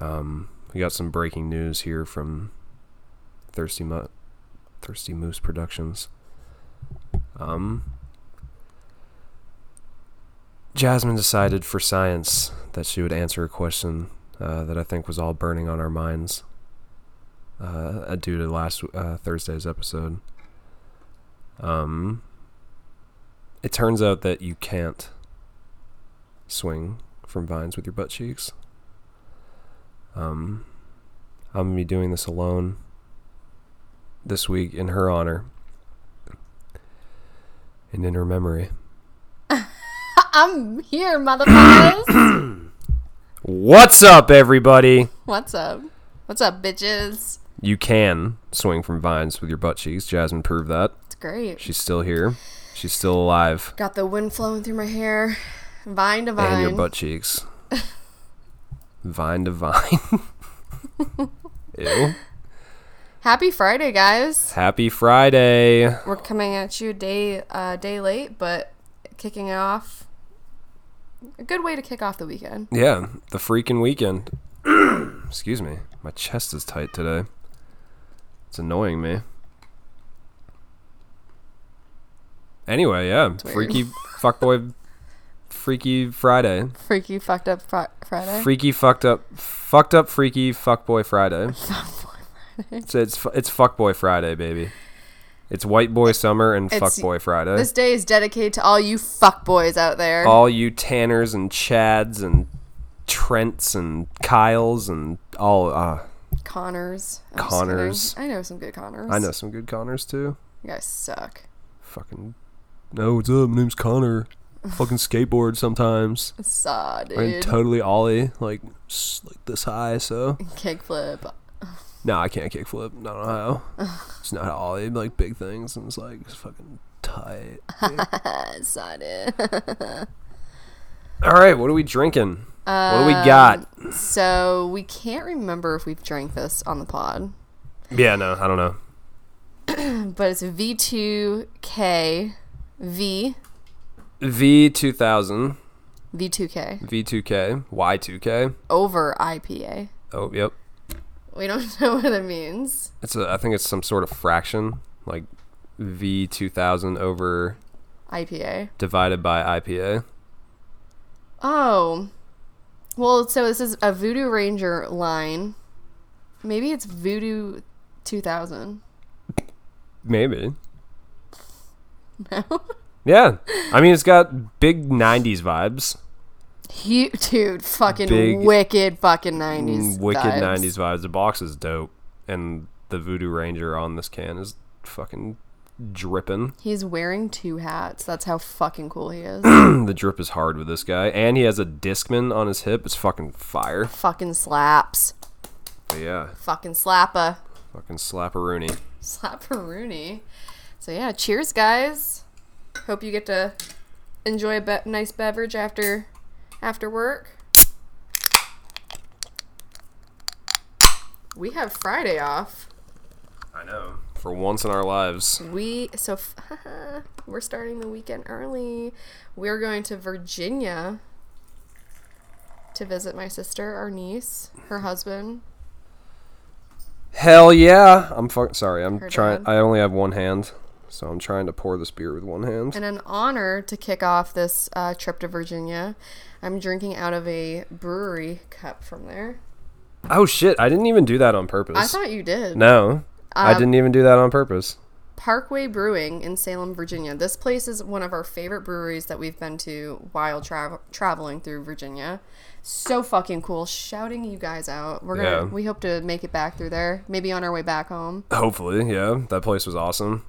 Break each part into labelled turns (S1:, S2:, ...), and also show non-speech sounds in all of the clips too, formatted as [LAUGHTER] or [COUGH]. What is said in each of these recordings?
S1: Um, we got some breaking news here from Thirsty Mo- Thirsty Moose Productions. Um, Jasmine decided for science that she would answer a question uh, that I think was all burning on our minds uh, due to last uh, Thursday's episode. Um, it turns out that you can't swing from vines with your butt cheeks. Um, I'm gonna be doing this alone this week in her honor and in her memory.
S2: I'm here, motherfuckers. [COUGHS]
S1: What's up, everybody?
S2: What's up? What's up, bitches?
S1: You can swing from vines with your butt cheeks. Jasmine proved that.
S2: It's great.
S1: She's still here. She's still alive.
S2: Got the wind flowing through my hair. Vine to
S1: And your
S2: vine.
S1: butt cheeks. Vine to vine. [LAUGHS] Ew.
S2: Happy Friday, guys.
S1: Happy Friday.
S2: We're coming at you day uh, day late, but kicking it off. A good way to kick off the weekend.
S1: Yeah, the freaking weekend. [CLEARS THROAT] Excuse me. My chest is tight today. It's annoying me. Anyway, yeah.
S2: weird.
S1: Freaky fuckboy freaky Friday.
S2: Freaky fucked up fr- Friday.
S1: Freaky fucked up fucked up freaky fuckboy
S2: [LAUGHS]
S1: Friday. So it's fu- it's fuckboy Friday, baby. It's white boy summer and
S2: It's-
S1: fuckboy Friday.
S2: this day is dedicated to all you fuckboys out there.
S1: All you Tanners and Chads and Trents and Kyles and all uh,
S2: Connors. I'm just kidding.
S1: Connors.
S2: I know some good Connors.
S1: I know some good Connors too.
S2: You guys suck.
S1: Fucking no, what's up? My name's Connor. Fucking skateboard sometimes.
S2: Saw, dude.
S1: I'm totally ollie like s- like this high. So
S2: Kickflip. [LAUGHS]
S1: no, I can't kickflip. I don't know how. it's not how ollie like big things and it's like it's fucking tight.
S2: Saw, dude.
S1: All right, what are we drinking? what do we got?
S2: So we can't remember if we've drank this on the pod,
S1: Yeah, no, I don't know.
S2: but it's V2K V
S1: V two thousand,
S2: V2K
S1: V two K, Y two K.
S2: over IPA.
S1: Oh, yep.
S2: We don't [LAUGHS] know what it means.
S1: It's a. I think it's some sort of fraction, like V two thousand over
S2: IPA.
S1: divided by IPA.
S2: Oh. Well, so this is a Voodoo Ranger line. Maybe it's Voodoo 2000.
S1: Maybe. No.
S2: [LAUGHS]
S1: Yeah, I mean it's got big '90s vibes,
S2: Hu dude, fucking
S1: Big- Mm,
S2: wicked fucking 90s.
S1: wicked
S2: vibes.
S1: '90s vibes. The box is dope, and the Voodoo Ranger on this can is fucking dripping. [CLEARS THROAT]
S2: He's wearing two hats. That's how fucking cool he is. [COUGHS]
S1: the drip is hard with this guy, and he has a Discman on his hip. It's fucking fire.
S2: fucking slaps.
S1: But yeah,
S2: Fucking slapper.
S1: fucking slapperoonie.
S2: Slapperoonie. So yeah, cheers, guys. Hope you get to enjoy a be- nice beverage after after work. We have Friday off.
S1: I know. For once in our lives.
S2: We so f- [LAUGHS] we're starting the weekend early. We're going to Virginia to visit my sister, our niece, her husband.
S1: Hell yeah! I'm fuck. Sorry, I'm
S2: Her
S1: trying.
S2: dad.
S1: I only have one hand, so I'm trying to pour this beer with one hand.
S2: In an honor to kick off this uh, trip to Virginia, I'm drinking out of a brewery cup from there.
S1: Oh shit! I didn't even do that on purpose.
S2: I thought you did.
S1: no, I
S2: Um,
S1: didn't even do that on purpose.
S2: Parkway Brewing in Salem, Virginia. This place is one of our favorite breweries that we've been to while tra- traveling through Virginia. So fucking cool. Shouting you guys out. We're gonna.
S1: Yeah.
S2: We hope to make it back through there. Maybe on our way back home.
S1: Hopefully, yeah. That place was awesome.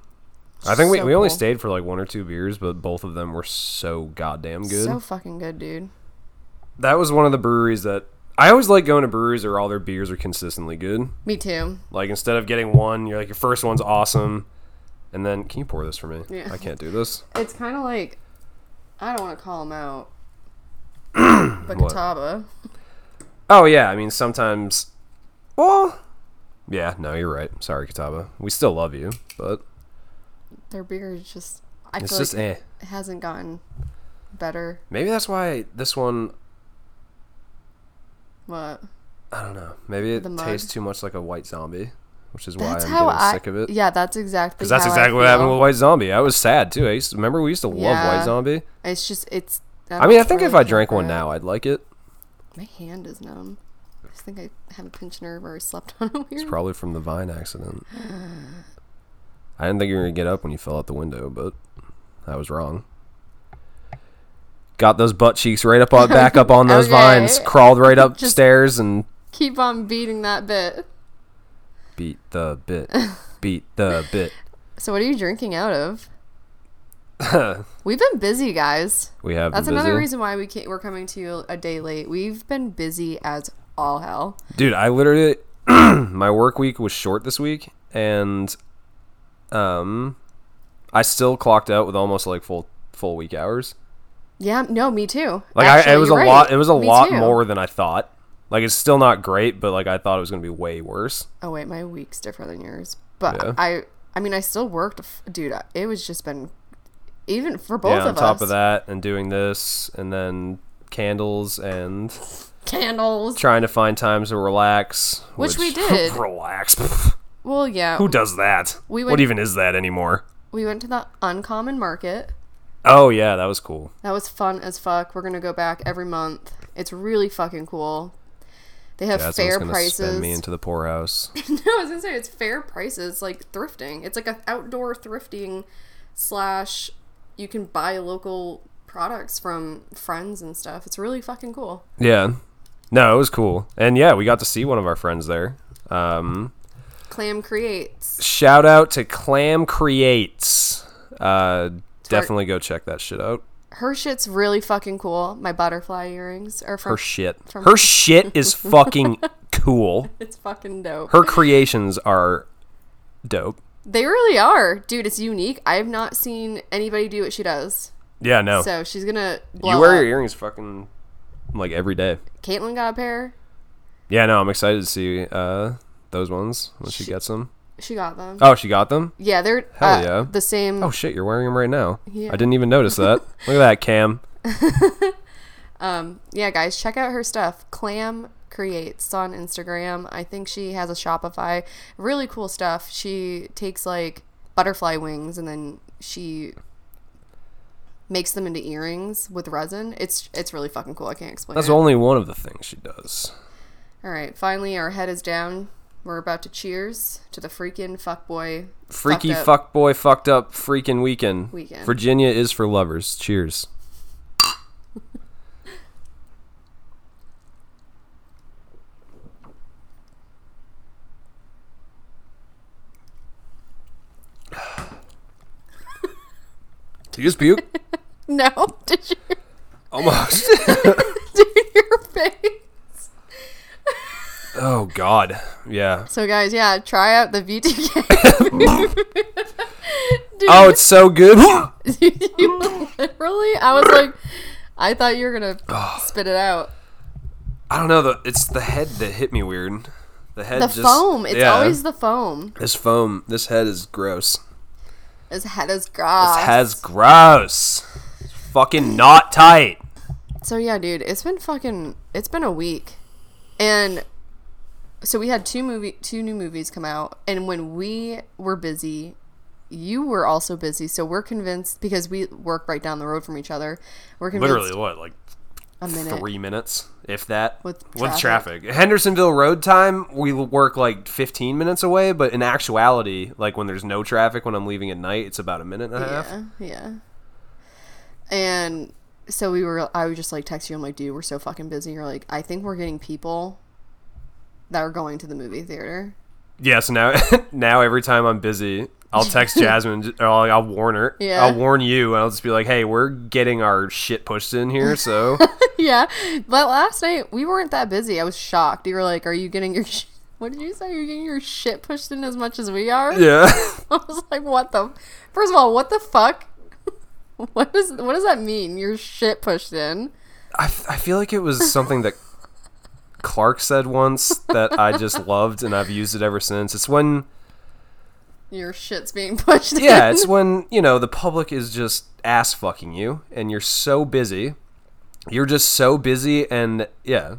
S1: I think we,
S2: So
S1: we only
S2: cool.
S1: stayed for like one or two beers, but both of them were so goddamn good.
S2: So fucking good, dude.
S1: that was one of the breweries that I always like going to breweries where all their beers are consistently good.
S2: Me too.
S1: Like instead of getting one, you're like your first one's awesome, and then can you pour this for me?
S2: Yeah.
S1: I can't do this.
S2: It's kind of like I don't want to call
S1: [CLEARS THROAT]
S2: them out, but
S1: What?
S2: Catawba.
S1: Oh yeah, I mean sometimes. Well, yeah, no, you're right. Sorry, Catawba. We still love you, but
S2: their beer is just I
S1: it's
S2: feel
S1: just
S2: like
S1: eh.
S2: it hasn't gotten better.
S1: Maybe that's why this one
S2: What?
S1: I don't know. Maybe it
S2: The mug.
S1: tastes too much like a white zombie, which is why
S2: That's
S1: I'm
S2: how
S1: getting
S2: I.
S1: sick of it.
S2: Yeah, that's exactly.
S1: Because that's
S2: how I
S1: exactly what happened
S2: feel.
S1: with White Zombie. I was sad too. I used to, remember we used to love White
S2: Yeah.
S1: Zombie.
S2: It's just it's.
S1: I mean, I think if
S2: really
S1: I drank
S2: can't
S1: one
S2: do it.
S1: now, I'd like it.
S2: my hand is numb. I just think I have a pinched nerve or I slept on a
S1: It's
S2: weird. [LAUGHS]
S1: probably from the vine
S2: [SIGHS]
S1: accident. I didn't think you were gonna get up when you fell out the window, but I was wrong. Got those butt cheeks right up on back up
S2: [LAUGHS]
S1: on those
S2: Okay.
S1: vines. Crawled right upstairs and
S2: Keep on beating that bit.
S1: beat the bit,
S2: [LAUGHS]
S1: beat the bit.
S2: So what are you drinking
S1: [LAUGHS]
S2: out of? We've been busy, guys.
S1: We have
S2: That's
S1: been busy.
S2: another reason why we can't, we're coming to you a day late. We've been busy as all hell.
S1: dude i literally [CLEARS THROAT] my work week was short this week and um i still clocked out with almost like full full week hours
S2: Yeah, no, me too.
S1: like
S2: Actually,
S1: I, it was a
S2: you're right.
S1: lot it was a
S2: Me
S1: lot
S2: too.
S1: more than i thought like it's still not great but like i thought it was gonna be way worse
S2: Oh wait, my week's different than yours. But
S1: Yeah.
S2: I, I mean, I still worked, f- dude. I- It was just been, even for both
S1: yeah on
S2: of
S1: top
S2: us,
S1: of that and doing this and then candles and
S2: candles.
S1: trying to find times to relax
S2: Which
S1: [LAUGHS]
S2: we did.
S1: relax [LAUGHS] pff,
S2: Well, yeah,
S1: who does that
S2: We
S1: what
S2: went-
S1: even is that anymore
S2: we went to the uncommon market.
S1: oh yeah that was cool
S2: That was fun as fuck. We're gonna go back every month. It's really fucking cool. They have
S1: Jasmine's
S2: fair
S1: gonna
S2: prices.
S1: spin
S2: [LAUGHS]
S1: me into the poorhouse
S2: no, I was gonna say it's fair prices, like thrifting. It's like an outdoor thrifting slash. You can buy local products from friends and stuff. It's really fucking cool.
S1: Yeah. No, it was cool. And yeah, we got to see one of our friends there. Um,
S2: Clam creates.
S1: shout out to Clam Creates. Uh, definitely go check that shit out.
S2: Her shit's really fucking cool. My butterfly earrings are from.
S1: Her shit.
S2: From-
S1: Her shit is fucking cool.
S2: [LAUGHS] it's fucking dope.
S1: Her creations are dope.
S2: they really are, dude. It's unique. I have not seen anybody do what she does.
S1: Yeah, no.
S2: So she's gonna blow
S1: you wear your
S2: up.
S1: earrings fucking like every day.
S2: Caitlyn got a pair.
S1: Yeah, no, I'm excited to see uh, those ones when she gets them.
S2: She got them.
S1: Oh, she got them?
S2: Yeah, they're
S1: Hell
S2: uh,
S1: yeah.
S2: the same.
S1: Oh shit, you're wearing them right now.
S2: Yeah.
S1: I didn't even notice that. Look at that, Cam.
S2: Yeah, guys, check out her stuff. Clam creates on Instagram. I think she has a Shopify. Really cool stuff. She takes like butterfly wings and then she makes them into earrings with resin. It's it's really fucking cool. I can't explain.
S1: That's
S2: it.
S1: only one of the things she does.
S2: All right, finally our head is down. We're about to cheers to the freaking fuckboy [LAUGHS]
S1: Freaky
S2: fucked up
S1: fuck boy fucked up freaking weekend.
S2: Weekend.
S1: Virginia is for lovers. Cheers. Did you just puke?
S2: [LAUGHS] No, did you [LAUGHS]
S1: Almost. [LAUGHS]
S2: do your face?
S1: oh god. Yeah.
S2: So guys, yeah, try out the VTK.
S1: Oh, it's so good.
S2: [LAUGHS]
S1: [GASPS]
S2: you literally, I was like, I thought you were
S1: [SIGHS]
S2: gonna spit it out.
S1: I don't know. The it's the head that hit me weird. The head.
S2: The
S1: just,
S2: foam. It's
S1: yeah.
S2: always the foam.
S1: This foam, this head is gross.
S2: As head as grass.
S1: Has gross. It's fucking not tight.
S2: so yeah, dude, it's been fucking. It's been a week, and so we had two movie, two new movies come out, and when we were busy. You were also busy, so we're convinced because we work right down the road from each other. We're convinced
S1: Literally, what, like
S2: a minute.
S1: three minutes, if that?
S2: With
S1: traffic. Hendersonville road time, we work like 15 minutes away, but in actuality, like when there's no traffic, when I'm leaving at night, it's about a minute and a half.
S2: Yeah, yeah. And so we were. I would just like text you. I'm like, dude, we're so fucking busy. You're like, I think we're getting people that are going to the movie theater.
S1: Yeah, so now, [LAUGHS] now every time I'm busy, I'll
S2: [LAUGHS]
S1: text Jasmine, or I'll, I'll warn her.
S2: Yeah.
S1: I'll warn you, and I'll just be like, hey, we're getting our shit pushed in here,
S2: [LAUGHS]
S1: so.
S2: yeah, but last night we weren't that busy. I was shocked. You were like, are you getting your? Sh- [LAUGHS] what did you say? You're getting your shit pushed in as much as we are.
S1: yeah.
S2: [LAUGHS]
S1: [LAUGHS]
S2: I was like, what the? First of all, what the fuck? [LAUGHS] What does what does that mean? Your shit pushed in.
S1: I, f- I feel like it was something that Clark said once that I
S2: [LAUGHS]
S1: just loved and I've used it ever since. It's when
S2: Your shit's being [LAUGHS] pushed in.
S1: yeah, it's when, you know, the public is just ass fucking you and you're so busy. You're just so busy and yeah.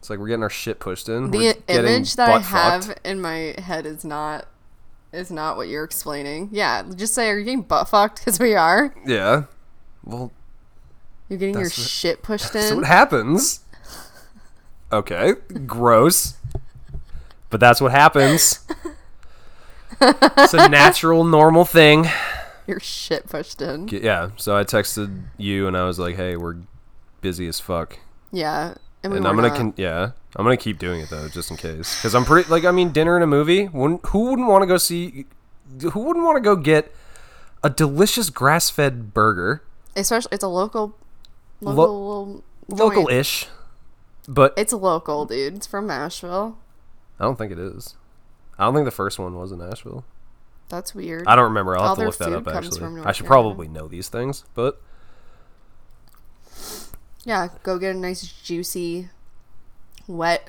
S1: It's like we're getting our shit pushed in.
S2: The
S1: We're
S2: i-
S1: getting
S2: image that I
S1: butt
S2: have
S1: fucked.
S2: in my head is not is not what you're explaining. Yeah, just say, are you getting butt fucked? [LAUGHS] Because we are.
S1: Yeah. Well,
S2: You're getting
S1: [LAUGHS]
S2: your
S1: That's what-
S2: shit pushed
S1: so
S2: in.
S1: what happens? Okay, gross. But that's what happens.
S2: [LAUGHS]
S1: it's a natural, normal thing.
S2: your shit pushed in.
S1: G- Yeah. So I texted you and I was like, "Hey, we're busy as fuck."
S2: yeah, and, we
S1: And
S2: were
S1: I'm gonna
S2: not.
S1: con- yeah, I'm gonna keep doing it though, just in case, because I'm pretty like I mean, dinner and a movie. Wouldn't, who wouldn't want to go see? Who wouldn't want to go get a delicious grass-fed burger,
S2: especially it's a local, local, little joint.
S1: local-ish? But
S2: It's local, dude. It's from Nashville.
S1: I don't think it is. I don't think the first one was in Nashville.
S2: That's weird.
S1: I don't remember. I'll have
S2: All
S1: to
S2: their
S1: look that
S2: food
S1: up.
S2: comes
S1: Actually,
S2: from
S1: I
S2: North
S1: should
S2: Carolina.
S1: probably know these things, but
S2: yeah, go get a nice juicy, wet,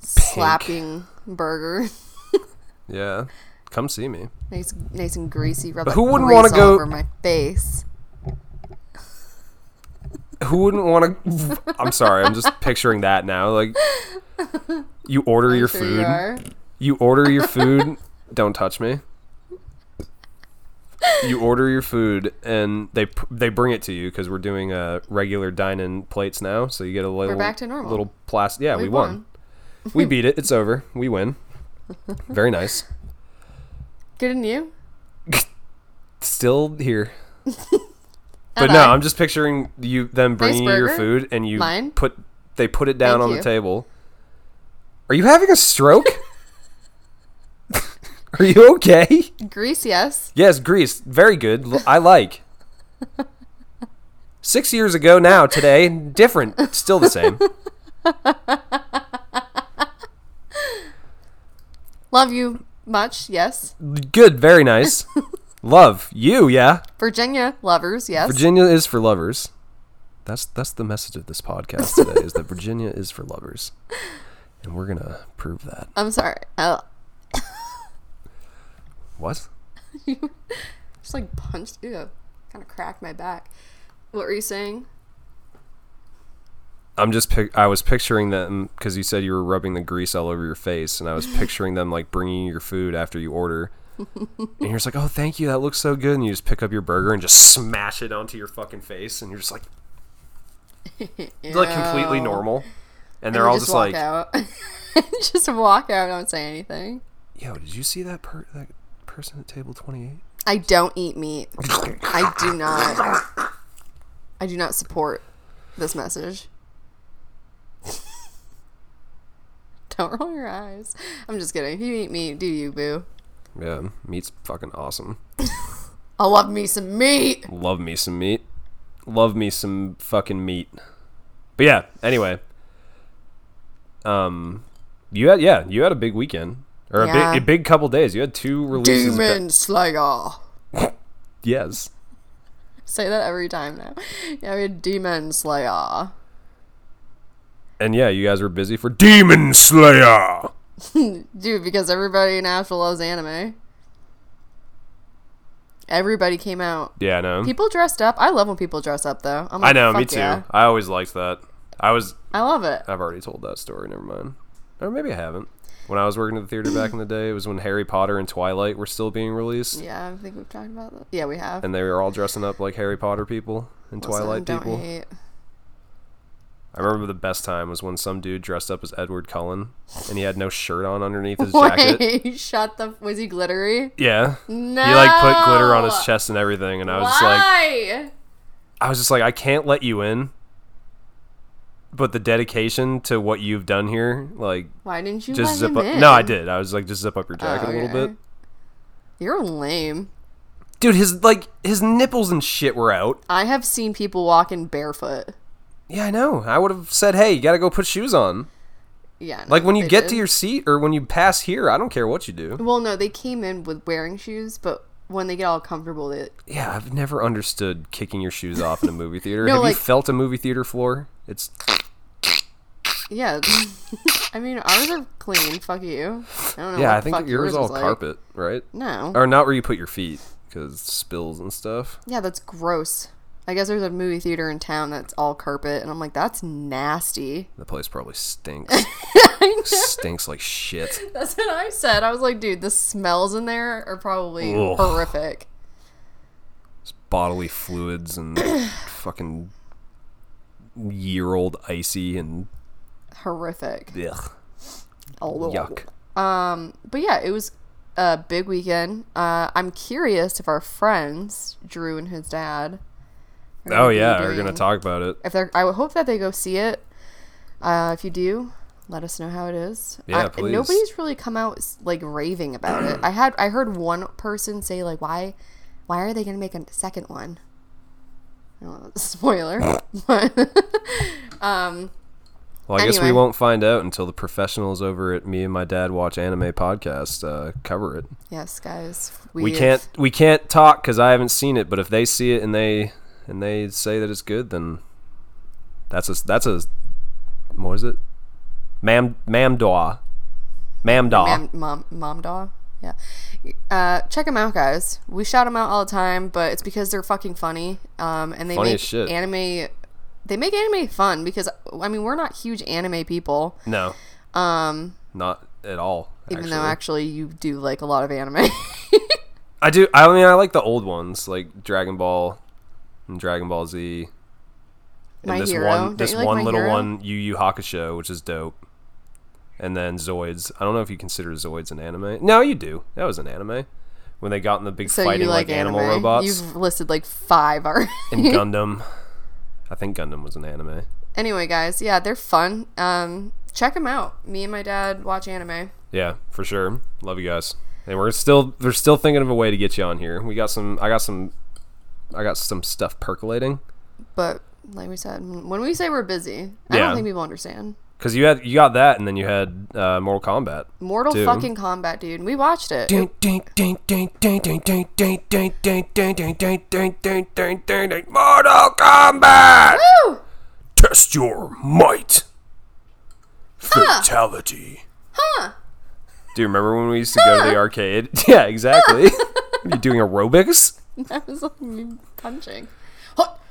S2: slapping burger. [LAUGHS]
S1: yeah, come see me.
S2: nice, nice and greasy. Rub
S1: But
S2: that
S1: who wouldn't
S2: grease
S1: wanna
S2: all
S1: go-
S2: over my face?
S1: Who wouldn't
S2: [LAUGHS]
S1: want to? I'm sorry. I'm just picturing that now. Like, you order your
S2: Sure
S1: food.
S2: You are.
S1: You order
S2: [LAUGHS]
S1: your food. don't touch me. You order your food, and they p- they bring it to you because we're doing uh, regular dine-in plates now. So you get a little
S2: back to normal.
S1: little plastic. Yeah, we,
S2: We
S1: won.
S2: [LAUGHS]
S1: we beat it. It's over. We win. Very nice.
S2: Good in you.
S1: Still
S2: [LAUGHS]
S1: here. but
S2: And
S1: no,
S2: I-
S1: I'm just picturing you them bringing you your
S2: burger.
S1: food, and you
S2: Mine.
S1: put they put it down
S2: Thank
S1: on the
S2: you.
S1: table. Are you having a
S2: [LAUGHS]
S1: stroke? [LAUGHS] Are you okay?
S2: Grease, yes.
S1: Yes, Greece. Very good. L- I
S2: [LAUGHS]
S1: like. Six years ago now, today, different, still the
S2: [LAUGHS]
S1: same.
S2: Love you much, yes.
S1: Good, very nice. Love. You, yeah.
S2: Virginia lovers, yes.
S1: Virginia is for lovers. That's that's the message of this podcast today is that
S2: [LAUGHS]
S1: Virginia is for lovers. And we're gonna prove that.
S2: I'm sorry. Oh, I
S1: What?
S2: just like punched. Ew, kind of cracked my back. What were you saying?
S1: I'm just pic- I was picturing them because you said you were rubbing the grease all over your face, and I was picturing them like bringing you your food after you
S2: [LAUGHS]
S1: order, and you're just like, "Oh, thank you, that looks so good," and you just pick up your burger and just smash it onto your fucking face, and you're just like, like completely
S2: Ew.
S1: normal, and
S2: And
S1: they're
S2: you
S1: all just,
S2: walk
S1: like,
S2: out. [LAUGHS] just walk out. Don't say anything.
S1: "Yo, did you see that per- that person at table
S2: [LAUGHS]
S1: 28?"
S2: I don't eat meat. I do not. I do not support this message. [LAUGHS] don't roll your eyes. I'm just kidding. If you eat meat, do you, boo?
S1: Yeah, meat's fucking awesome.
S2: I love me some meat.
S1: Love me some meat. Love me some fucking meat. But yeah, anyway. Um you had yeah, you had a big weekend. Or
S2: Yeah.
S1: a big a big couple days. You had two releases. ba-
S2: Demon Slayer.
S1: yes.
S2: Say that every time now. Yeah, we had Demon Slayer.
S1: And yeah, you guys were busy for Demon Slayer.
S2: Dude, because everybody in Nashville loves anime. Everybody came out.
S1: Yeah, I know.
S2: People dressed up. I love when people dress up, though. I'm
S1: I
S2: like,
S1: know, me
S2: "Fuck
S1: too. Uh,
S2: yeah."
S1: I always liked that. I was
S2: I love it.
S1: I've already told that story, never mind. Or maybe I haven't. When I was working at the theater back in the day, it was when Harry Potter and Twilight were still being released.
S2: Yeah, I think we've talked about that. Yeah, we have.
S1: And they were all dressing up like Harry Potter people and
S2: Listen,
S1: Twilight
S2: don't
S1: people.
S2: hate.
S1: I remember the best time was when some dude dressed up as Edward Cullen and he had no shirt on underneath his jacket.
S2: Wait, [LAUGHS] shut the. Was he glittery?
S1: Yeah.
S2: No.
S1: He like put glitter on his chest and everything and I was just like
S2: Why?
S1: I was just like I can't let you in. But the dedication to what you've done here, like
S2: Why didn't you
S1: just
S2: let
S1: zip
S2: him
S1: up
S2: in?
S1: No, I did. I was like just zip up your jacket a
S2: Oh,
S1: little
S2: yeah.
S1: bit.
S2: You're lame.
S1: Dude, his like his nipples and shit were out.
S2: I have seen people walking barefoot.
S1: Yeah, I know. I would have said, "Hey, you got to go put shoes on."
S2: Yeah. no,
S1: Like when you
S2: they
S1: get
S2: did.
S1: to your seat or when you pass here, I don't care what you do.
S2: Well, no, they came in with wearing shoes, but when they get all comfortable, they.
S1: Yeah, I've never understood kicking your shoes off in a movie theater.
S2: [LAUGHS] No,
S1: Have you
S2: like-
S1: felt a movie theater floor? It's
S2: Yeah. [LAUGHS] I mean, ours are clean. Fuck you. I don't know.
S1: yeah, I
S2: what the
S1: think
S2: fuck
S1: yours, yours all
S2: was like.
S1: carpet, right?
S2: No.
S1: Or not where you put your feet because spills and stuff.
S2: Yeah, that's gross. I guess there's a movie theater in town that's all carpet, and I'm like, that's nasty. [LAUGHS]
S1: The place probably stinks.
S2: I know.
S1: stinks like shit.
S2: That's what I said. I was like, dude, the smells in there are probably
S1: Ugh.
S2: horrific.
S1: It's bodily fluids
S2: [COUGHS]
S1: and fucking year old icy and
S2: Horrific.
S1: ugh,
S2: Oh,
S1: yuck.
S2: But yeah, it was a big weekend. Uh, I'm curious if our friends, Drew and his dad, are gonna
S1: Oh
S2: be
S1: yeah, we're gonna
S2: doing-
S1: talk about it.
S2: If they're, I would hope that they go see it. Uh, if you do, let us know how it is.
S1: Yeah,
S2: I-
S1: please.
S2: Nobody's really come out s- like raving about it. I had, I heard one person say like, why, why are they gonna make a second one? I don't know, [LAUGHS] that's a spoiler.
S1: Well, I guess we
S2: Anyway.
S1: won't find out until the professionals over at Me and My Dad Watch Anime podcast uh, cover it.
S2: [LAUGHS] yes, guys,
S1: We
S2: have-
S1: can't we can't talk because I haven't seen it. But if they see it and they and they say that it's good, then that's a that's a what is it? Mam mamdaw, mamdaw.
S2: Mam, mom, mom doll. Yeah. Uh, check them out, guys. We shout them out all the time, but it's because they're fucking funny. Um, and they
S1: Funny
S2: make
S1: as shit.
S2: anime. They make anime fun because I mean we're not huge anime people,
S1: no, um, not at all.
S2: even though actually you do like a lot
S1: [LAUGHS]
S2: of anime. [LAUGHS]
S1: I do. I mean, I like the old ones like Dragon Ball and Dragon Ball Z. And
S2: My
S1: this
S2: Hero.
S1: one,
S2: Don't
S1: this
S2: you like
S1: one
S2: My
S1: little
S2: Hero?
S1: one, Yu Yu Hakusho, which is dope. And then Zoids. I don't know if you consider Zoids an anime. No, you do. That was an anime when they got in the big
S2: so
S1: fighting
S2: you like,
S1: like, animal
S2: anime.
S1: robots
S2: You've listed like five already.
S1: [LAUGHS]
S2: [LAUGHS]
S1: and Gundam. I think Gundam was an anime.
S2: anyway, guys, yeah, they're fun. Um, check them out. Me and my dad watch anime.
S1: Yeah, for sure. Love you guys. And we're still we're still thinking of a way to get you on here. We got some. I got some. I got some stuff percolating.
S2: But like we said, when we say we're busy, I
S1: Yeah.
S2: don't think people understand.
S1: Cause you had you got that, and then you had uh, Mortal Kombat.
S2: Mortal
S1: Dude.
S2: fucking combat, dude. We watched it.
S1: Ding, ding, ding, ding, ding, ding, ding, ding, ding, ding, ding, ding, ding, ding, ding, ding, ding, ding. Mortal Kombat!
S2: [LAUGHS] Woo! [LAUGHS]
S1: Test your might! Fatality. Huh! Do you remember when we used to go to the arcade? [LAUGHS] Yeah, exactly. [LAUGHS] you doing aerobics?
S2: That was like me punching.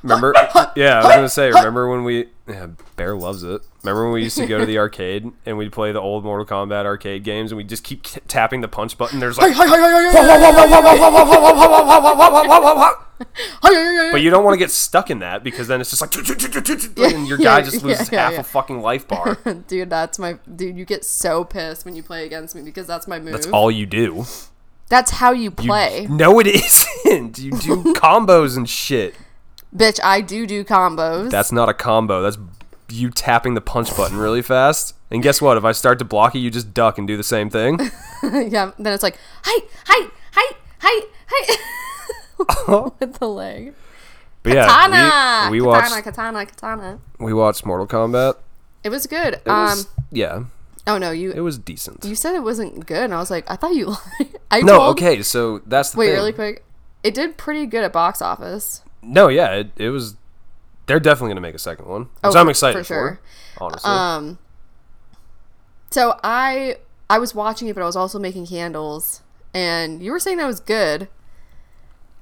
S1: Remember? Yeah, I was gonna say. Remember when we? Yeah, Bear loves it. Remember when we used to go to the arcade and we'd play the old Mortal Kombat arcade games and we just keep t- tapping the punch button. There's like,
S2: [LAUGHS]
S1: but you don't want to get stuck in that because then it's just like,
S2: [LAUGHS]
S1: and your guy just
S2: yeah,
S1: loses
S2: yeah,
S1: half
S2: yeah.
S1: a fucking life
S2: [LAUGHS]
S1: bar.
S2: Dude, that's my dude. You get so pissed when you play against me because that's my move.
S1: That's
S2: That's,
S1: all you do.
S2: how you play,
S1: No, it isn't. You do
S2: [LAUGHS]
S1: combos and shit.
S2: bitch. I do do combos.
S1: That's not a combo. That's you tapping the punch button really fast. And guess what? If I start to block it, you just duck and do the same
S2: [LAUGHS]
S1: thing.
S2: [LAUGHS] yeah. Then it's like hi, hi, hi, hi, hi. [LAUGHS] With the leg.
S1: But yeah,
S2: Katana.
S1: we, we
S2: katana,
S1: watched
S2: katana, katana.
S1: we watched Mortal Kombat.
S2: It was good.
S1: It was,
S2: um.
S1: yeah,
S2: Oh no, you
S1: it was decent.
S2: you said it wasn't good, and I was like, I thought you. [LAUGHS] I
S1: no,
S2: told-
S1: okay, so that's the
S2: Wait,
S1: thing.
S2: really quick. It did pretty good at box office.
S1: No, yeah, it, it was. They're definitely gonna make a second one, which I'm
S2: for- Oh, for
S1: excited for.
S2: sure.
S1: Honestly,
S2: Um. So I I was watching it, but I was also making candles, and you were saying that was good.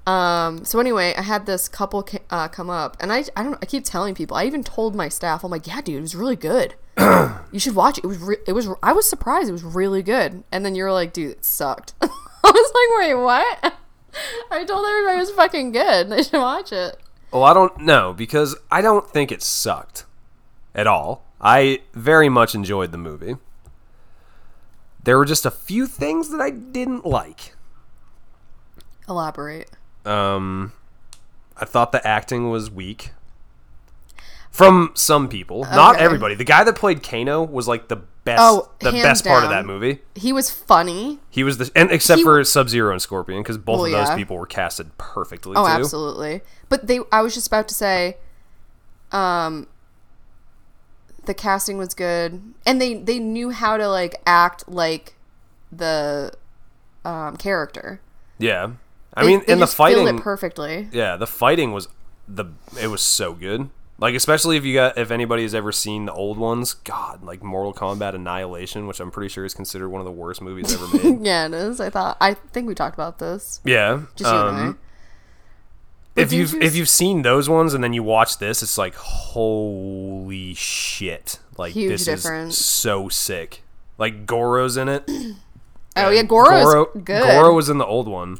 S2: Um. So anyway, I had this couple ca- uh, come up, and I I don't I keep telling people. I even told my staff. I'm like, yeah, dude, it was really good. you should watch it. It was re- it was I was surprised. It was really good. And then you were like, dude, it sucked. [LAUGHS] I was like, wait, what? [LAUGHS] I told everybody it was fucking good. [LAUGHS] They should watch it.
S1: well, Oh, I don't know because I don't think it sucked at all. I very much enjoyed the movie. There were just a few things that I didn't like.
S2: Elaborate.
S1: Um, I thought the acting was weak from some people, not
S2: Okay.
S1: everybody. The guy that played Kano was like the best,
S2: Oh,
S1: the
S2: hands
S1: best part of
S2: down.
S1: that movie.
S2: He was funny.
S1: He was the and except
S2: He-
S1: for Sub Zero and Scorpion, because both
S2: Well,
S1: of those
S2: yeah.
S1: people were casted perfectly.
S2: Oh,
S1: too.
S2: absolutely. But they, I was just about to say, um, the casting was good, and they they knew how to like act like the um, character.
S1: Yeah, I
S2: They-
S1: mean,
S2: they
S1: and the
S2: just filled
S1: fighting,
S2: it perfectly. [LAUGHS]
S1: yeah, the fighting was the it was so good. Like especially if you got if anybody has ever seen the old ones, God, like Mortal Kombat Annihilation, which I'm pretty sure is considered one of the worst movies ever
S2: [LAUGHS]
S1: made.
S2: Yeah, it is. I thought. I think we talked about this.
S1: yeah,
S2: Just you and I.
S1: um, if
S2: do you
S1: you've if
S2: just-
S1: you've seen those ones and then you watch this, it's like holy shit! Like
S2: Huge
S1: this
S2: difference.
S1: is so sick. Like Goro's in it.
S2: Oh yeah, Goro's
S1: Goro,
S2: good.
S1: Goro
S2: Goro,
S1: was in the old one,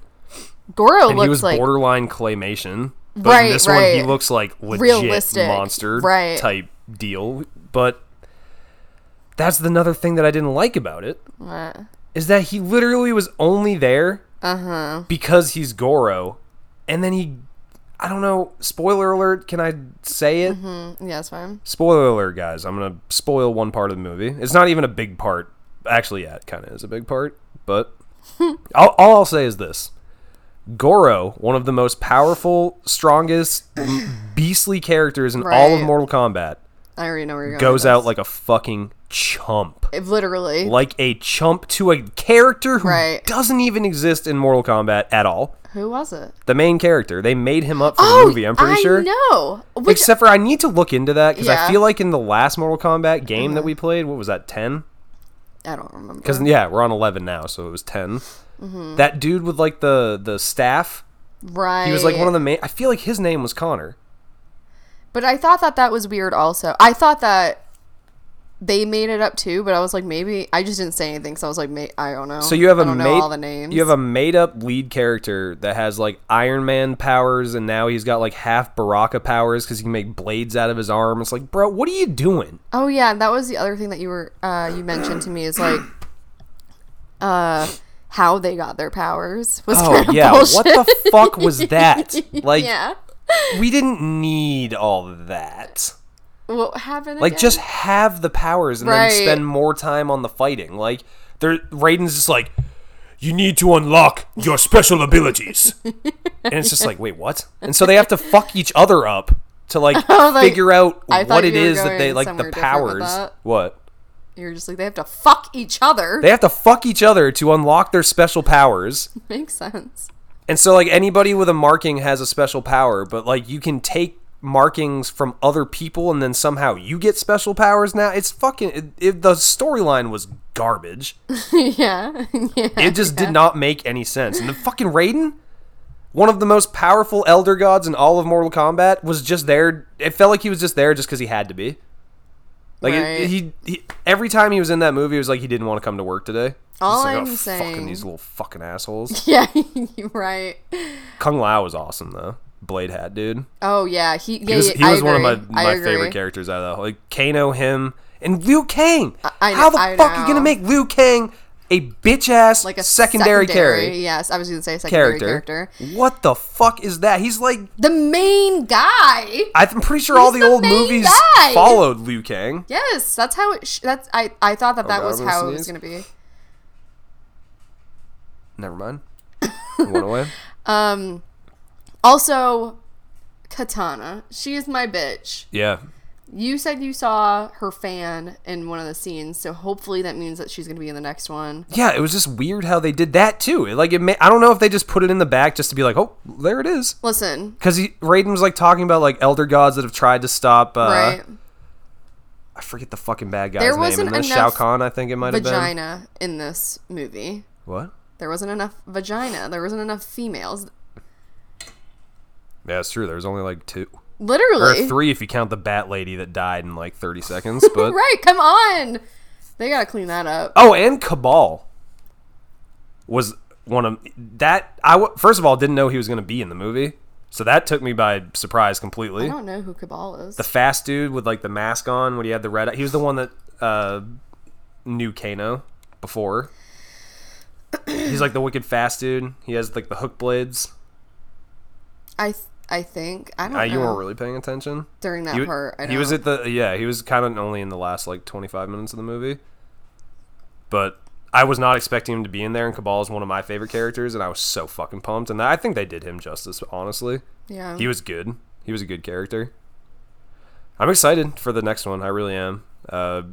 S1: and he
S2: looks
S1: was
S2: like
S1: borderline claymation. But
S2: Right,
S1: in this one, he
S2: right.
S1: looks like legit
S2: Realistic,
S1: monster
S2: right.
S1: type deal. But that's another thing that I didn't like about it
S2: uh,
S1: is that he literally was only there
S2: Uh-huh.
S1: because he's Goro, and then he. I don't know. Spoiler alert. Can I say
S2: Mm-hmm.
S1: it?
S2: Mm, yeah, it's fine.
S1: Spoiler alert, guys. I'm going to spoil one part of the movie. It's not even a big part. Actually, yeah, it kind of is a big part. But
S2: [LAUGHS]
S1: all, all I'll say is this Goro, one of the most powerful, strongest, m- beastly characters in all of
S2: Right. Oh
S1: Mortal Kombat,
S2: I already know where you're going.
S1: goes
S2: with
S1: out like a fucking chump.
S2: this. It- literally.
S1: Like a chump to a character who
S2: Right.
S1: doesn't even exist in Mortal Kombat at all.
S2: Who was it?
S1: The main character. They made him up for the
S2: [GASPS]
S1: movie, I'm pretty
S2: Oh, I
S1: sure.
S2: know. Which
S1: Except for I need to look into that because I
S2: Yeah. Mm-hmm.
S1: feel like in the last Mortal Kombat game that we played, what was that ten?
S2: I don't remember.
S1: Because yeah, we're on eleven now, so it was 10
S2: Mm-hmm.
S1: That dude with like the the staff,
S2: right.
S1: he was like one of the main. I feel like his name was Connor.
S2: But I thought that that was weird. Also, I thought that they made it up too. But I was like, maybe I just didn't say anything. So I was like, may- I don't know.
S1: So you have
S2: Mm, I
S1: a
S2: don't
S1: made
S2: know all the names.
S1: you have a made up lead character that has like Iron Man powers, and now he's got like half Baraka powers because he can make blades out of his arm. It's like, bro, what are you
S2: [LAUGHS]
S1: doing?
S2: Oh yeah, that was the other thing that you were uh, you mentioned to me is like uh, how they got their powers was
S1: Oh
S2: kind
S1: [LAUGHS]
S2: of
S1: yeah,
S2: bullshit.
S1: what the fuck was
S2: [LAUGHS]
S1: that? Like,
S2: yeah.
S1: we didn't need all that.
S2: What happened?
S1: Like
S2: again?
S1: just have the powers and
S2: Right.
S1: then spend more time on the fighting. Like there Raiden's just like you need to unlock your special abilities.
S2: [LAUGHS]
S1: and it's just like, wait, what? And so they have to fuck each other up to like,
S2: like,
S1: figure out
S2: [LAUGHS] I thought
S1: what it
S2: you were
S1: is that they
S2: going
S1: like the
S2: somewhere different with
S1: powers.
S2: that.
S1: What?
S2: you're just like they have to fuck each other.
S1: They have to fuck each other to unlock their special powers.
S2: [LAUGHS] Makes sense. [LAUGHS]
S1: And so like anybody with a marking has a special power, but like you can take markings from other people and then somehow you get special powers now. It's fucking it, it, the storyline was garbage.
S2: yeah. [LAUGHS] yeah.
S1: It just did not make any sense. And the fucking Raiden, one of the most powerful elder gods in all of Mortal Kombat, was just there. It felt like he was just there just cuz he had to be. Like it-
S2: Right.
S1: he, he every time he was in that movie it was like he didn't want to come to work today.
S2: All
S1: Just like, "Oh,
S2: I'm
S1: fucking
S2: saying-
S1: these little fucking assholes.
S2: yeah. [LAUGHS] you're right.
S1: Kung Lao was awesome though. Blade hat dude.
S2: Oh yeah. He. Yeah,
S1: He was,
S2: yeah,
S1: he
S2: I
S1: was one of
S2: agree.
S1: my,
S2: I
S1: my
S2: agree.
S1: favorite characters out of the like Kano, him, and Liu Kang.
S2: I kn-
S1: How the
S2: I
S1: fuck are you gonna
S2: know.
S1: make Liu Kang a bitch ass
S2: Like a
S1: secondary, carry
S2: Yes, I was gonna say secondary
S1: character.
S2: character.
S1: What the fuck is that? He's like
S2: The main guy.
S1: I'm pretty sure all the,
S2: He's the
S1: old
S2: main
S1: movies
S2: guy.
S1: followed Liu Kang.
S2: Yes, that's how it. Sh- that's I. I thought that that
S1: God,
S2: was
S1: I'm gonna
S2: how it was
S1: sneeze.
S2: gonna be.
S1: Never mind. It went
S2: [LAUGHS]
S1: away.
S2: Um, also, Katana. She is my bitch.
S1: Yeah.
S2: You said you saw her fan in one of the scenes, so hopefully that means that she's gonna be in the next one.
S1: Yeah, it was just weird how they did that too. It, Like it may, I don't know if they just put it in the back just to be like, "Oh, there it is."
S2: Listen,
S1: Cuz Raiden was like talking about like elder gods that have tried to stop uh
S2: right?
S1: I forget the fucking bad guy's
S2: There
S1: name.
S2: wasn't
S1: In this Shao
S2: enough
S1: Kahn, I think it might have been.
S2: Vagina in this movie.
S1: What?
S2: There wasn't enough vagina. There wasn't enough females.
S1: Yeah, it's true. There was only like two or
S2: Literally,
S1: three if you count the bat lady that died in like
S2: [LAUGHS]
S1: 30 seconds. But
S2: right? Come on, they gotta clean that up.
S1: oh, and Cabal was one of that. I w- first of all didn't know he was going to be in the movie, so that took me by surprise
S2: I
S1: completely.
S2: don't know who Cabal is.
S1: The fast dude with like the mask on when he had the red. He was the one that uh, knew Kano before. He's like the wicked fast dude. He has like the hook blades.
S2: I th- I think I don't
S1: Uh,
S2: know.
S1: you weren't really paying attention.
S2: during that
S1: he, w-
S2: part. I
S1: he was
S2: don't-
S1: at the yeah. He was kind of only in the last like twenty five minutes of the movie, but I was not expecting him to be in there. And Cabal is one of my favorite characters, and I was so fucking pumped. And I think they did him justice. Honestly,
S2: yeah. [LAUGHS]
S1: he was good. He was a good character. I'm excited for the next one. I really am. Uh,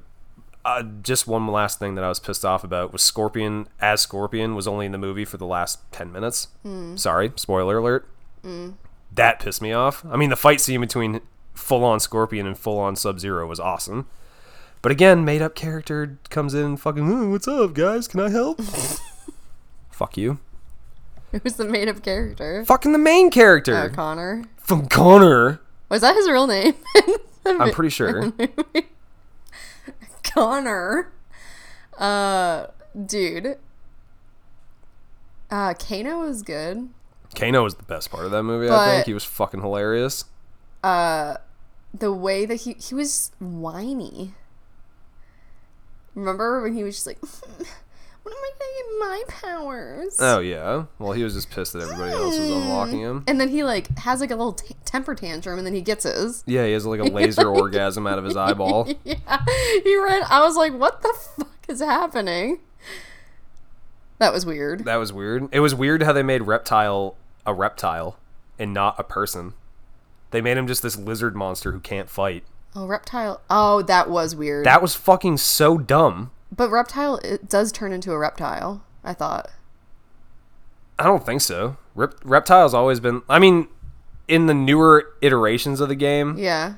S1: uh, just one last thing that I was pissed off about was Scorpion as Scorpion was only in the movie for the last ten minutes. Sorry, spoiler alert. That pissed me off. I mean, the fight scene between full on Scorpion and full on Sub Zero was awesome. But again, made up character comes in, and fucking, "Ooh, what's up, guys? Can I help? Fuck you.
S2: Who's the made up character?
S1: Fucking the main character.
S2: Oh, Connor.
S1: From Connor.
S2: Was that his real name? [LAUGHS]
S1: I'm pretty sure.
S2: Connor. Uh, dude. Uh, Kano was good.
S1: Kano was the best part of that movie, I
S2: But-
S1: think. He was fucking hilarious.
S2: The way that he he was whiny. Remember when he was just like, [LAUGHS] "When am I gonna get my powers?"
S1: Oh, yeah. Well, he was just pissed that everybody else was unlocking him.
S2: And then he like has like a little t- temper tantrum, and then he gets his.
S1: Yeah, he has like a laser orgasm out of his eyeball.
S2: Yeah, he ran. I was like, "What the fuck is happening?" That was weird.
S1: That was weird. It was weird how they made Reptile a reptile and not a person. They made him just this lizard monster who can't fight.
S2: Oh, reptile. Oh, that was weird.
S1: That was fucking so dumb.
S2: but reptile it does turn into a reptile. I thought.
S1: I don't think so. Rep- Reptile's always been. I mean, in the newer iterations of the game,
S2: Yeah.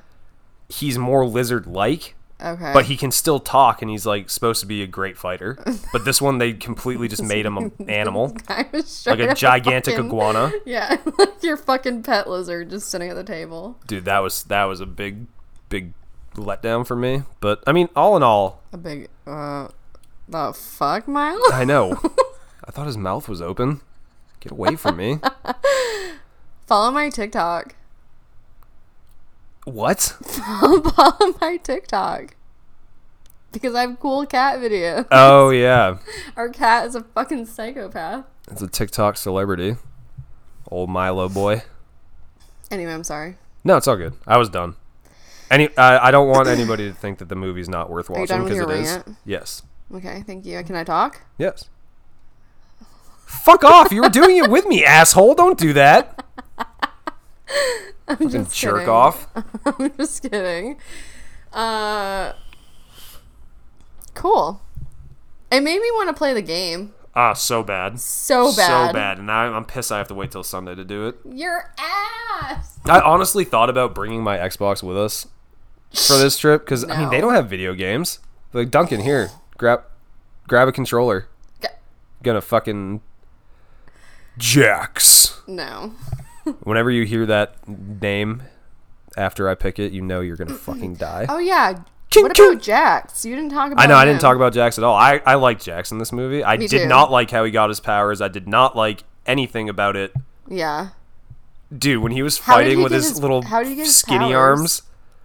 S1: he's more lizard like,
S2: Okay.
S1: but he can still talk and he's like supposed to be a great fighter. But this one, they completely just made him an
S2: [LAUGHS]
S1: animal,
S2: [LAUGHS] I was
S1: like
S2: straight
S1: a
S2: up
S1: gigantic
S2: fucking-
S1: iguana.
S2: [LAUGHS] Yeah, like your fucking pet lizard just sitting at the table.
S1: Dude, that was that was a big, big letdown for me. But I mean, all in all,
S2: A big. Uh, the fuck, Miles.
S1: [LAUGHS] I know. I thought his mouth was open. Get away from
S2: [LAUGHS]
S1: me.
S2: [LAUGHS] Follow my TikTok. [LAUGHS]
S1: What?
S2: Follow my TikTok. Because I have cool cat videos.
S1: Oh yeah,
S2: Our cat is a fucking psychopath.
S1: it's a TikTok celebrity. Old Milo boy.
S2: Anyway, I'm sorry.
S1: No, it's all good. I was done. Any, I, I don't want anybody to think that the movie's not worth
S2: you
S1: watching
S2: done with
S1: because it
S2: your
S1: is.
S2: rant?
S1: Yes,
S2: Okay, thank you. Can I talk? [LAUGHS]
S1: yes. Fuck off! You were doing it with me, [LAUGHS] asshole. Don't do that.
S2: I'm
S1: Fucking
S2: just
S1: jerk
S2: kidding.
S1: off.
S2: [LAUGHS] I'm just kidding. Uh, cool. It made me want to play the game
S1: [LAUGHS] Ah, so bad.
S2: so bad.
S1: So bad. And I, I'm pissed. I have to wait till Sunday to do it.
S2: Your ass.
S1: I honestly thought about bringing my Xbox with us for this trip because I mean they
S2: No.
S1: don't have video games. Like Duncan, here, grab, grab a controller.
S2: G-
S1: Gonna fucking jacks.
S2: No.
S1: Whenever you hear that name after I pick it, you know you're gonna fucking die.
S2: Oh yeah.
S1: Ching,
S2: what
S1: ching.
S2: about Jax? You didn't talk about.
S1: I know I didn't
S2: him.
S1: talk about Jax at all. I I like Jax in this movie. I
S2: Oh, Me
S1: did
S2: too.
S1: not like how he got his powers. I did not like anything about it.
S2: Yeah.
S1: Dude, when he was
S2: How did
S1: fighting
S2: he
S1: with
S2: get
S1: his,
S2: his-
S1: little
S2: how did he get his
S1: skinny
S2: powers?
S1: arms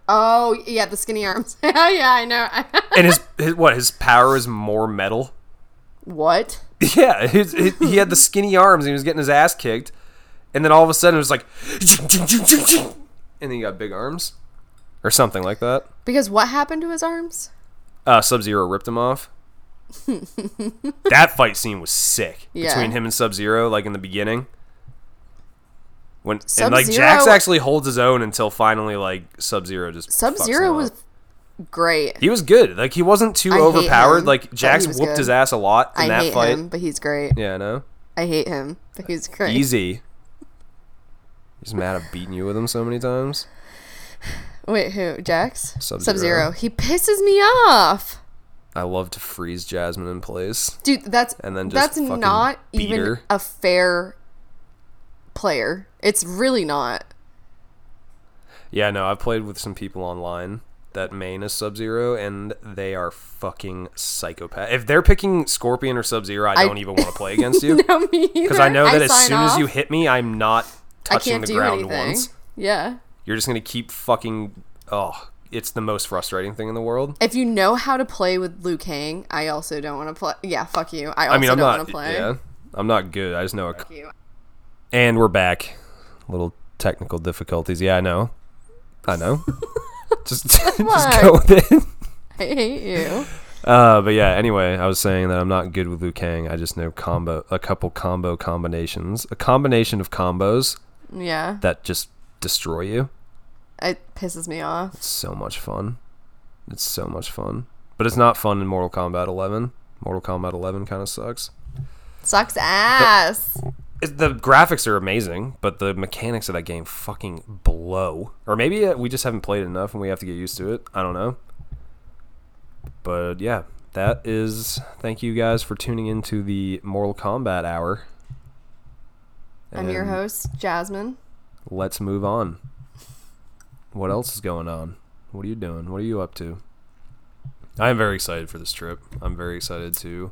S2: Oh yeah, the skinny arms. [LAUGHS] Oh, yeah, I know.
S1: and his, his what his power is more metal. [LAUGHS]
S2: what?
S1: Yeah, his, his, he
S2: [LAUGHS]
S1: had the skinny arms. And he was getting his ass kicked, and then all of a sudden it was like, [LAUGHS] and then he got big arms, or something like that.
S2: Because what happened to his arms?
S1: Uh, Sub Zero ripped him
S2: [LAUGHS]
S1: off. that fight scene was sick
S2: Yeah.
S1: between him and Sub Zero, like in the beginning. When and like
S2: Sub-Zero-
S1: Jax actually holds his own until finally like Sub Zero just fucks
S2: Sub Zero
S1: him
S2: was
S1: up.
S2: great.
S1: he was good like he wasn't too
S2: I hate
S1: overpowered
S2: him,
S1: like
S2: but
S1: Jax
S2: he was
S1: whooped
S2: good.
S1: his ass a lot in
S2: I
S1: that
S2: hate
S1: fight
S2: him, but he's great.
S1: yeah I know
S2: I hate him, but he's great.
S1: easy. He's mad at beating you with him so many times.
S2: Wait, who? Jax?
S1: Sub-Zero.
S2: Sub-Zero. He pisses me off.
S1: I love to freeze Jasmine in place.
S2: Dude, that's
S1: And then just
S2: that's
S1: fucking
S2: not
S1: beat
S2: even
S1: her.
S2: a fair player. It's really not. [LAUGHS]
S1: Yeah, no, I've played with some people online that main is Sub Zero, and they are fucking psychopath. If they're picking Scorpion or Sub Zero, I don't even want to play against
S2: [LAUGHS]
S1: you
S2: No, me
S1: because
S2: either.
S1: I know that as
S2: sign
S1: soon as you
S2: off.
S1: hit me, I'm not
S2: I
S1: touching
S2: can't
S1: the
S2: do
S1: ground
S2: anything.
S1: once.
S2: Yeah.
S1: You're just gonna keep fucking. Oh, it's the most frustrating thing in the world.
S2: If you know how to play with Liu Kang, I also don't want to play. Yeah, fuck you. I also
S1: I mean, I'm
S2: don't
S1: not.
S2: want to play.
S1: Yeah, I'm not good. I just know. A,
S2: you.
S1: and we're back. Little technical difficulties. Yeah, I know. I
S2: [LAUGHS]
S1: know. just, [LAUGHS] just go with it.
S2: [LAUGHS] I hate
S1: [LAUGHS]
S2: you.
S1: Uh, but yeah, anyway, I was saying that I'm not good with Liu Kang. I just know combo, a couple combo combinations, a combination of combos
S2: Yeah,
S1: that just destroy you.
S2: it pisses me off.
S1: It's so much fun. It's so much fun. But it's not fun in Mortal Kombat 11. Mortal Kombat 11 kind of sucks.
S2: Sucks ass.
S1: It, the graphics are amazing, but the mechanics of that game fucking blow. Or maybe uh, we just haven't played it enough and we have to get used to it. I don't know. But yeah, that is. Thank you guys for tuning into the Mortal Kombat hour.
S2: I'm your
S1: And
S2: host, Jasmine.
S1: Let's move on. What else is going on? What are you doing? What are you up to? I'm very excited for this trip. I'm very excited to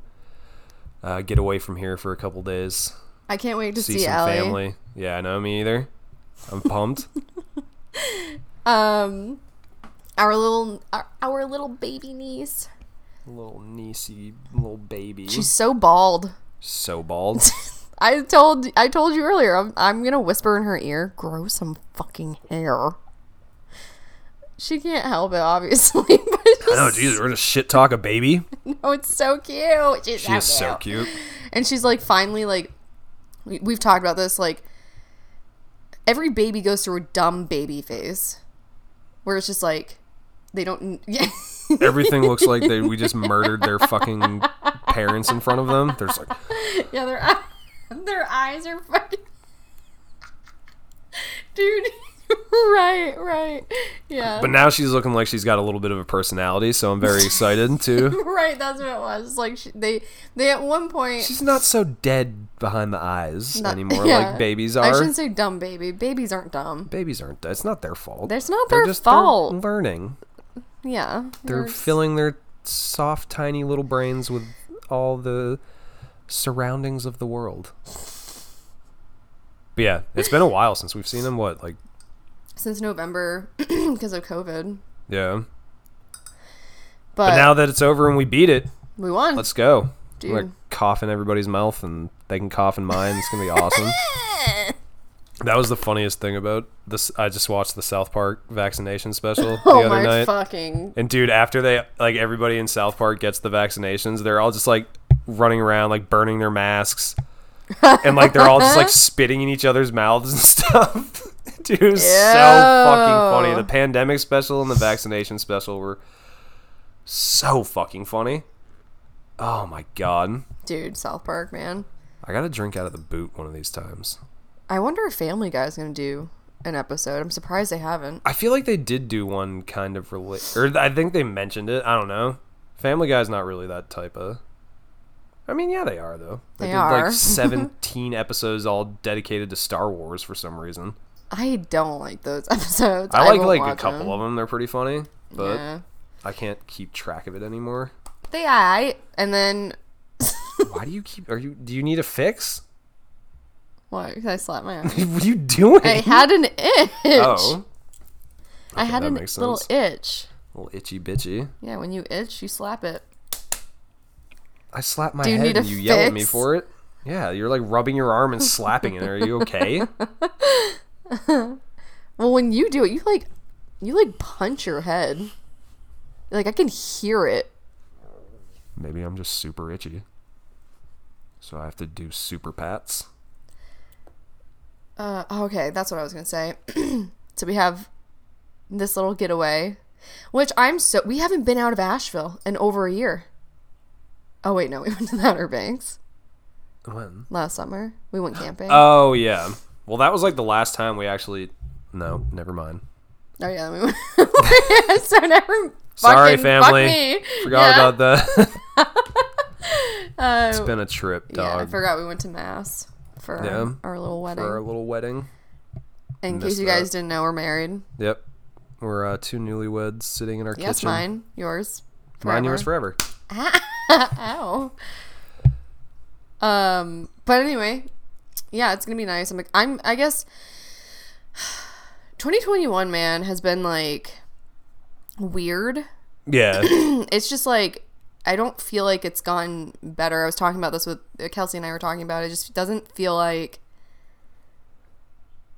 S1: uh, get away from here for a couple days,
S2: I can't wait to see,
S1: see some
S2: Allie.
S1: family. Yeah, I know me either. I'm
S2: [LAUGHS]
S1: pumped.
S2: Um, our little our, our little baby niece.
S1: little niecey, little baby.
S2: She's so bald.
S1: so
S2: [LAUGHS]
S1: bald.
S2: I told I told you earlier. I'm I'm gonna whisper in her ear. Grow some fucking hair. She can't help it, obviously. [LAUGHS] But
S1: I know, Jesus, we're gonna shit talk a baby.
S2: Oh, it's so cute. She's
S1: She is so cute.
S2: And she's like, finally, like, we, we've talked about this. Like, every baby goes through a dumb baby phase where it's just like, they don't. [LAUGHS] Yeah.
S1: Everything looks like they we just murdered their
S2: [LAUGHS]
S1: fucking parents in front of them. They're just like,
S2: yeah, their, eye- [LAUGHS] their eyes are fucking. [LAUGHS] Dude. [LAUGHS] right, right. Yeah.
S1: but now she's looking like she's got a little bit of a personality, so I'm very excited
S2: [LAUGHS]
S1: too.
S2: [LAUGHS] right, that's what it was. Like, she, they, they at one point.
S1: She's not so dead behind the eyes
S2: Not- [LAUGHS]
S1: anymore
S2: yeah.
S1: like babies
S2: I
S1: are.
S2: shouldn't say dumb baby. Babies aren't dumb.
S1: Babies aren't. It's not their fault.
S2: It's not
S1: They're
S2: their
S1: just they're
S2: fault.
S1: learning.
S2: yeah.
S1: They're filling their soft, tiny little brains with all the surroundings of the world. But yeah, it's been a while since we've seen them. What, like,
S2: since November [CLEARS THROAT] because of COVID.
S1: yeah.
S2: But,
S1: But now that it's over and we beat it,
S2: we won. [LAUGHS]
S1: let's go.
S2: Dude.
S1: We're gonna cough in everybody's mouth and they can cough in mine. It's gonna be awesome. that was the funniest thing about this. I just watched the South Park vaccination special
S2: [LAUGHS]
S1: the
S2: oh
S1: other
S2: my
S1: night.
S2: fucking!
S1: And dude, after they like everybody in South Park gets the vaccinations, they're all just like running around like burning their masks. And like they're all just
S2: [LAUGHS]
S1: like spitting in each other's mouths and [LAUGHS] stuff. dude, it was so fucking funny.
S2: Ew.
S1: The pandemic special and the vaccination special were so fucking funny. Oh my god.
S2: Dude, South Park, man.
S1: I got to drink out of the boot one of these times.
S2: I wonder if Family Guy's gonna do an episode. I'm surprised they haven't.
S1: I feel like they did do one kind of relate, or I think they mentioned it. I don't know. Family Guy's not really that type of. I mean, yeah, they are though.
S2: They
S1: did
S2: are. [LAUGHS]
S1: like seventeen episodes all dedicated to Star Wars for some reason.
S2: I don't like those [LAUGHS] episodes.
S1: I like
S2: won't
S1: like a
S2: watch
S1: couple
S2: them.
S1: of them. They're pretty funny, but
S2: Yeah.
S1: I can't keep track of it anymore.
S2: They I and then
S1: Why do you keep? Are you? Do you need a fix? [LAUGHS]
S2: what? 'Cause I slapped my eye.
S1: what are you doing?
S2: I had an itch.
S1: oh,
S2: I had
S1: that
S2: a
S1: makes
S2: little
S1: sense.
S2: itch.
S1: little itchy bitchy.
S2: Yeah, when you itch, you slap it.
S1: I slapped my
S2: Do you
S1: head
S2: need a
S1: and you yell at me
S2: fix?
S1: for it. Yeah, you're like rubbing your arm and slapping it. Are you
S2: [LAUGHS]
S1: okay?
S2: Well, when you do it, you like you like punch your head. Like I can hear it.
S1: Maybe I'm just super itchy. So I have to do super pats.
S2: Uh, okay, that's what I was gonna say. [CLEARS THROAT] so we have this little getaway, which I'm so we haven't been out of Asheville in over a year. Oh wait, no, we went to the Outer Banks
S1: When?
S2: last summer. We
S1: [GASPS]
S2: went camping.
S1: Oh yeah. Well, that was like the last time we actually. No, never mind.
S2: oh yeah, we went. [LAUGHS] so never.
S1: Sorry,
S2: [LAUGHS] fucking
S1: family.
S2: Fuck me.
S1: Forgot
S2: Yeah. Uh,
S1: about that. [LAUGHS]
S2: [LAUGHS]
S1: it's been a trip,
S2: Yeah, I
S1: dog.
S2: forgot we went to Mass for
S1: Yeah.
S2: our, our little wedding.
S1: for our little wedding.
S2: in
S1: missed
S2: case you
S1: that.
S2: guys didn't know, we're married.
S1: Yep. We're uh, two newlyweds sitting in our
S2: Yes,
S1: kitchen.
S2: mine, yours.
S1: Mine, yours forever.
S2: Ow. Um, but anyway, yeah, it's gonna be nice. I'm like, I'm, I guess, [SIGHS] 2021, man, has been like weird.
S1: Yeah.
S2: It's just like I don't feel like it's gotten better. I was talking about this with uh, Kelsey and I were talking about it. It just doesn't feel like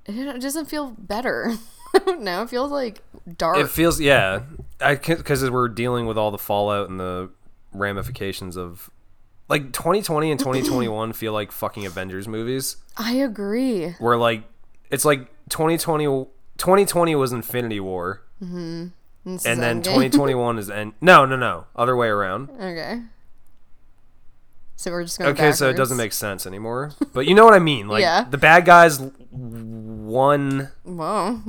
S2: it doesn't feel better. [LAUGHS] I don't know. It feels like dark.
S1: it feels yeah i because we're dealing with all the fallout and the ramifications of like 2020 and 2021 feel like fucking avengers movies
S2: I agree.
S1: where like it's like 2020 2020 was infinity war
S2: This is
S1: and then
S2: Endgame. [LAUGHS]
S1: 2021 is end no no no other way around
S2: Okay. So we're just going.
S1: okay so it doesn't make sense anymore but you know what i mean like
S2: [LAUGHS] Yeah.
S1: the bad guys l- won
S2: Whoa.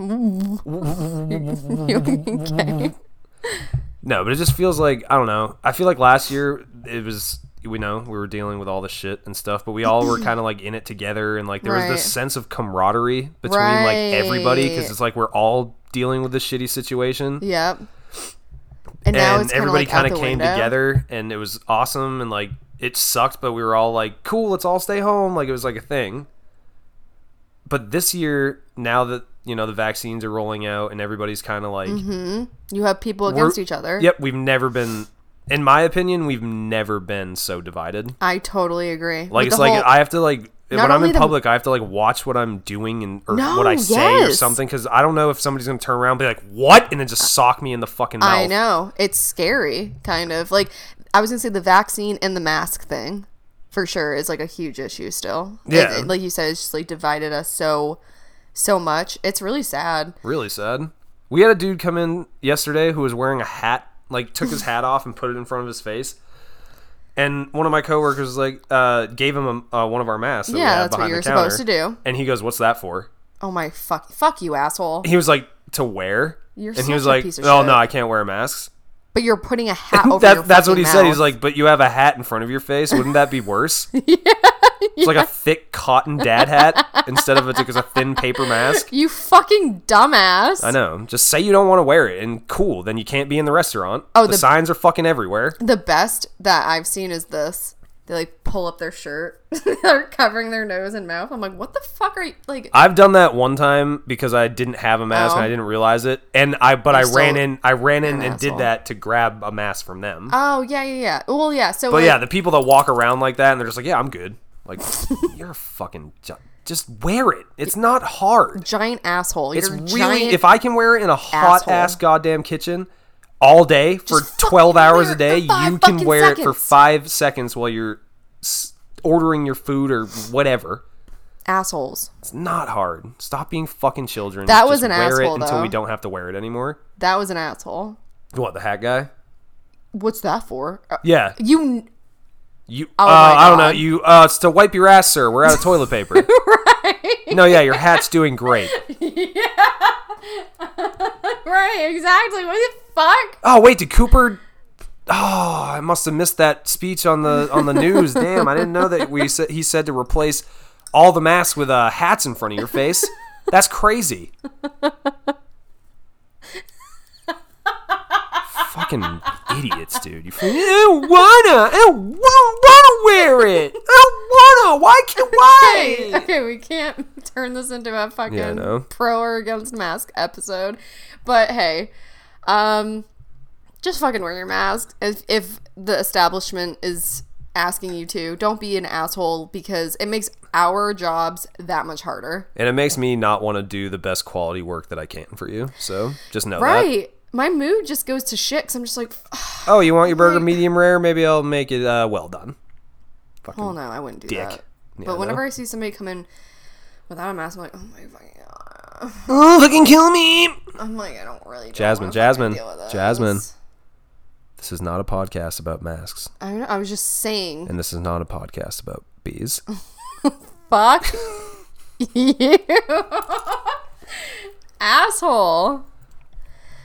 S2: okay. [LAUGHS]
S1: No, but it just feels like I don't know. I feel like last year it was we know we were dealing with all the shit and stuff, but we all
S2: [CLEARS THROAT]
S1: were kind of like in it together, and like there was
S2: Right.
S1: this sense of camaraderie between like everybody because
S2: Right.
S1: it's like we're all dealing with this shitty situation,
S2: Yep. And now
S1: and
S2: it's kind of
S1: everybody
S2: like out
S1: kind
S2: the
S1: of came
S2: window.
S1: together, and it was awesome, and like it sucked, but we were all like, cool, let's all stay home, like it was like a thing. But this year, now that you know the vaccines are rolling out, and everybody's kind of like.
S2: You have people
S1: we're-
S2: against each other.
S1: Yep, we've never been. In my opinion, we've never been so divided.
S2: I totally agree.
S1: Like
S2: With
S1: it's
S2: the
S1: like
S2: whole-
S1: I have to like
S2: Not
S1: when I'm
S2: only
S1: in
S2: the-
S1: public, I have to like watch what I'm doing and or
S2: No,
S1: what I say or
S2: yes.
S1: something because I don't know if somebody's gonna turn around and be like what and then just sock me in the fucking mouth.
S2: I know. It's scary, kind of. Like, I was going to say the vaccine and the mask thing, for sure, is like a huge issue still. It-
S1: Yeah.
S2: it- like you said, it's just like divided us so, so much. It's really sad.
S1: Really sad. We had a dude come in yesterday who was wearing a hat, like took
S2: [LAUGHS]
S1: his hat off and put it in front of his face. And one of my coworkers was like uh, gave him a, uh, one of our masks. That we
S2: Yeah,
S1: had
S2: that's what
S1: behind the
S2: you're supposed
S1: counter.
S2: to do.
S1: And he goes, "What's that for?"
S2: Oh my fuck! Fuck
S1: [LAUGHS]
S2: you, asshole!
S1: he was like to wear
S2: You're
S1: and
S2: such
S1: he was
S2: a
S1: like
S2: piece of
S1: oh
S2: shit."
S1: no i can't wear masks
S2: But you're putting a hat over your
S1: that, that's what he
S2: fucking
S1: said he's
S2: mouth.
S1: like but you have a hat in front of your face wouldn't that be
S2: [LAUGHS]
S1: worse it's like a thick cotton dad hat instead of a, like, it's a thin paper mask
S2: you fucking dumbass.
S1: i know just say you don't want to wear it and cool then you can't be in the restaurant
S2: Oh,
S1: the
S2: the-
S1: signs are fucking everywhere
S2: The best that I've seen is this. They like pull up their shirt. [LAUGHS] They're covering their nose and mouth. I'm like, what the fuck are you like?
S1: I've done that one time because I didn't have a mask and
S2: Oh.
S1: I didn't realize it, and I but I
S2: still
S1: ran in, I ran in and did
S2: asshole.
S1: that to grab a mask from them.
S2: Oh yeah, yeah, yeah. Well, yeah. So
S1: But
S2: like,
S1: yeah, the people that walk around like that and they're just like, yeah, I'm good. Like, [LAUGHS] you're a fucking. Ju- just wear it. It's not hard.
S2: giant asshole.
S1: It's
S2: you're
S1: really.
S2: giant,
S1: If I can wear it in a hot
S2: asshole.
S1: ass goddamn kitchen all day for
S2: Just fucking
S1: 12 hours
S2: wear
S1: a
S2: it for
S1: day,
S2: five
S1: you can
S2: fucking
S1: wear it for
S2: seconds.
S1: five seconds while you're s- ordering your food or whatever.
S2: assholes.
S1: It's not hard. Stop being fucking children.
S2: That
S1: Just
S2: was an
S1: wear
S2: asshole,
S1: it until we
S2: though.
S1: don't have to wear it anymore.
S2: That was an asshole.
S1: What the hat guy?
S2: What's that for? Uh,
S1: Yeah,
S2: You kn-
S1: You, uh,
S2: Oh my
S1: I don't know.
S2: God.
S1: You, uh, it's to wipe your ass, sir. We're out of toilet
S2: [LAUGHS]
S1: paper. No, yeah, your hat's doing great.
S2: right? Exactly. What the fuck?
S1: Oh, wait, did Cooper? Oh, I must have missed that speech on the on the news. Damn, I didn't know that we said he said to replace all the masks with uh, hats in front of your face. That's crazy. Fucking idiots, dude. You, I don't wanna. I don't wanna wear it. I don't wanna. Why can't? Why?
S2: Hey, [LAUGHS] okay, we can't [LAUGHS] turn this into a fucking
S1: Yeah, I know.
S2: pro or against mask episode. But hey, um, just fucking wear your mask. If if the establishment is asking you to, don't be an asshole because it makes our jobs that much harder.
S1: And it makes me not want to do the best quality work that I can for you. So just know that.
S2: Right. My mood just goes to shit because I'm just like, [SIGHS]
S1: Oh, you want your burger medium rare? Maybe I'll make it uh, well done.
S2: oh no, I wouldn't do
S1: dick.
S2: that.
S1: Yeah, I
S2: but
S1: know.
S2: whenever I see somebody come in without a mask, I'm like, oh my fucking god. [LAUGHS]
S1: Oh, fucking kill me!
S2: I'm like, I don't really. don't
S1: Jasmine,
S2: wanna fucking
S1: Jasmine,
S2: deal with this.
S1: Jasmine. This is not a podcast about masks,
S2: I, don't know, I was just saying.
S1: and this is not a podcast about
S2: [LAUGHS]
S1: bees. [LAUGHS]
S2: Fuck [LAUGHS] you, asshole.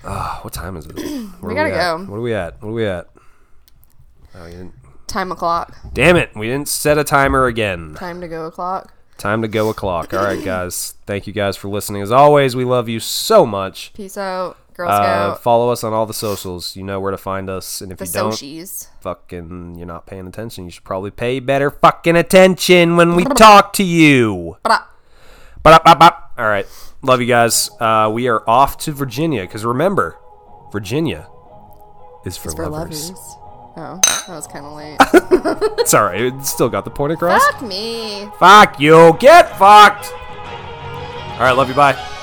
S1: Oh, what time is it? Where
S2: We
S1: are
S2: gotta
S1: at?
S2: go.
S1: What are we at? What are we at? Oh, we didn't-
S2: Time o'clock.
S1: Damn it! We didn't set a timer again.
S2: Time to go o'clock.
S1: Time to go o'clock. All
S2: [LAUGHS]
S1: right, guys. Thank you guys for listening. As always, we love you so much.
S2: Peace out, Girl
S1: Uh,
S2: Scout.
S1: follow us on all the socials. You know where to find us. And if
S2: the
S1: you don't,
S2: Soshis.
S1: fucking, you're not paying attention. You should probably pay better fucking attention
S2: [LAUGHS]
S1: when we talk to you.
S2: Bra-
S1: Ba-da, ba, ba. All right. Love you guys. Uh, we are off to Virginia because remember, Virginia is for,
S2: It's for
S1: lovers.
S2: lovers. Oh, that was kind
S1: [LAUGHS]
S2: of late.
S1: it's all right. It still got the point across.
S2: Fuck me.
S1: Fuck you. Get fucked. All right. Love you. Bye.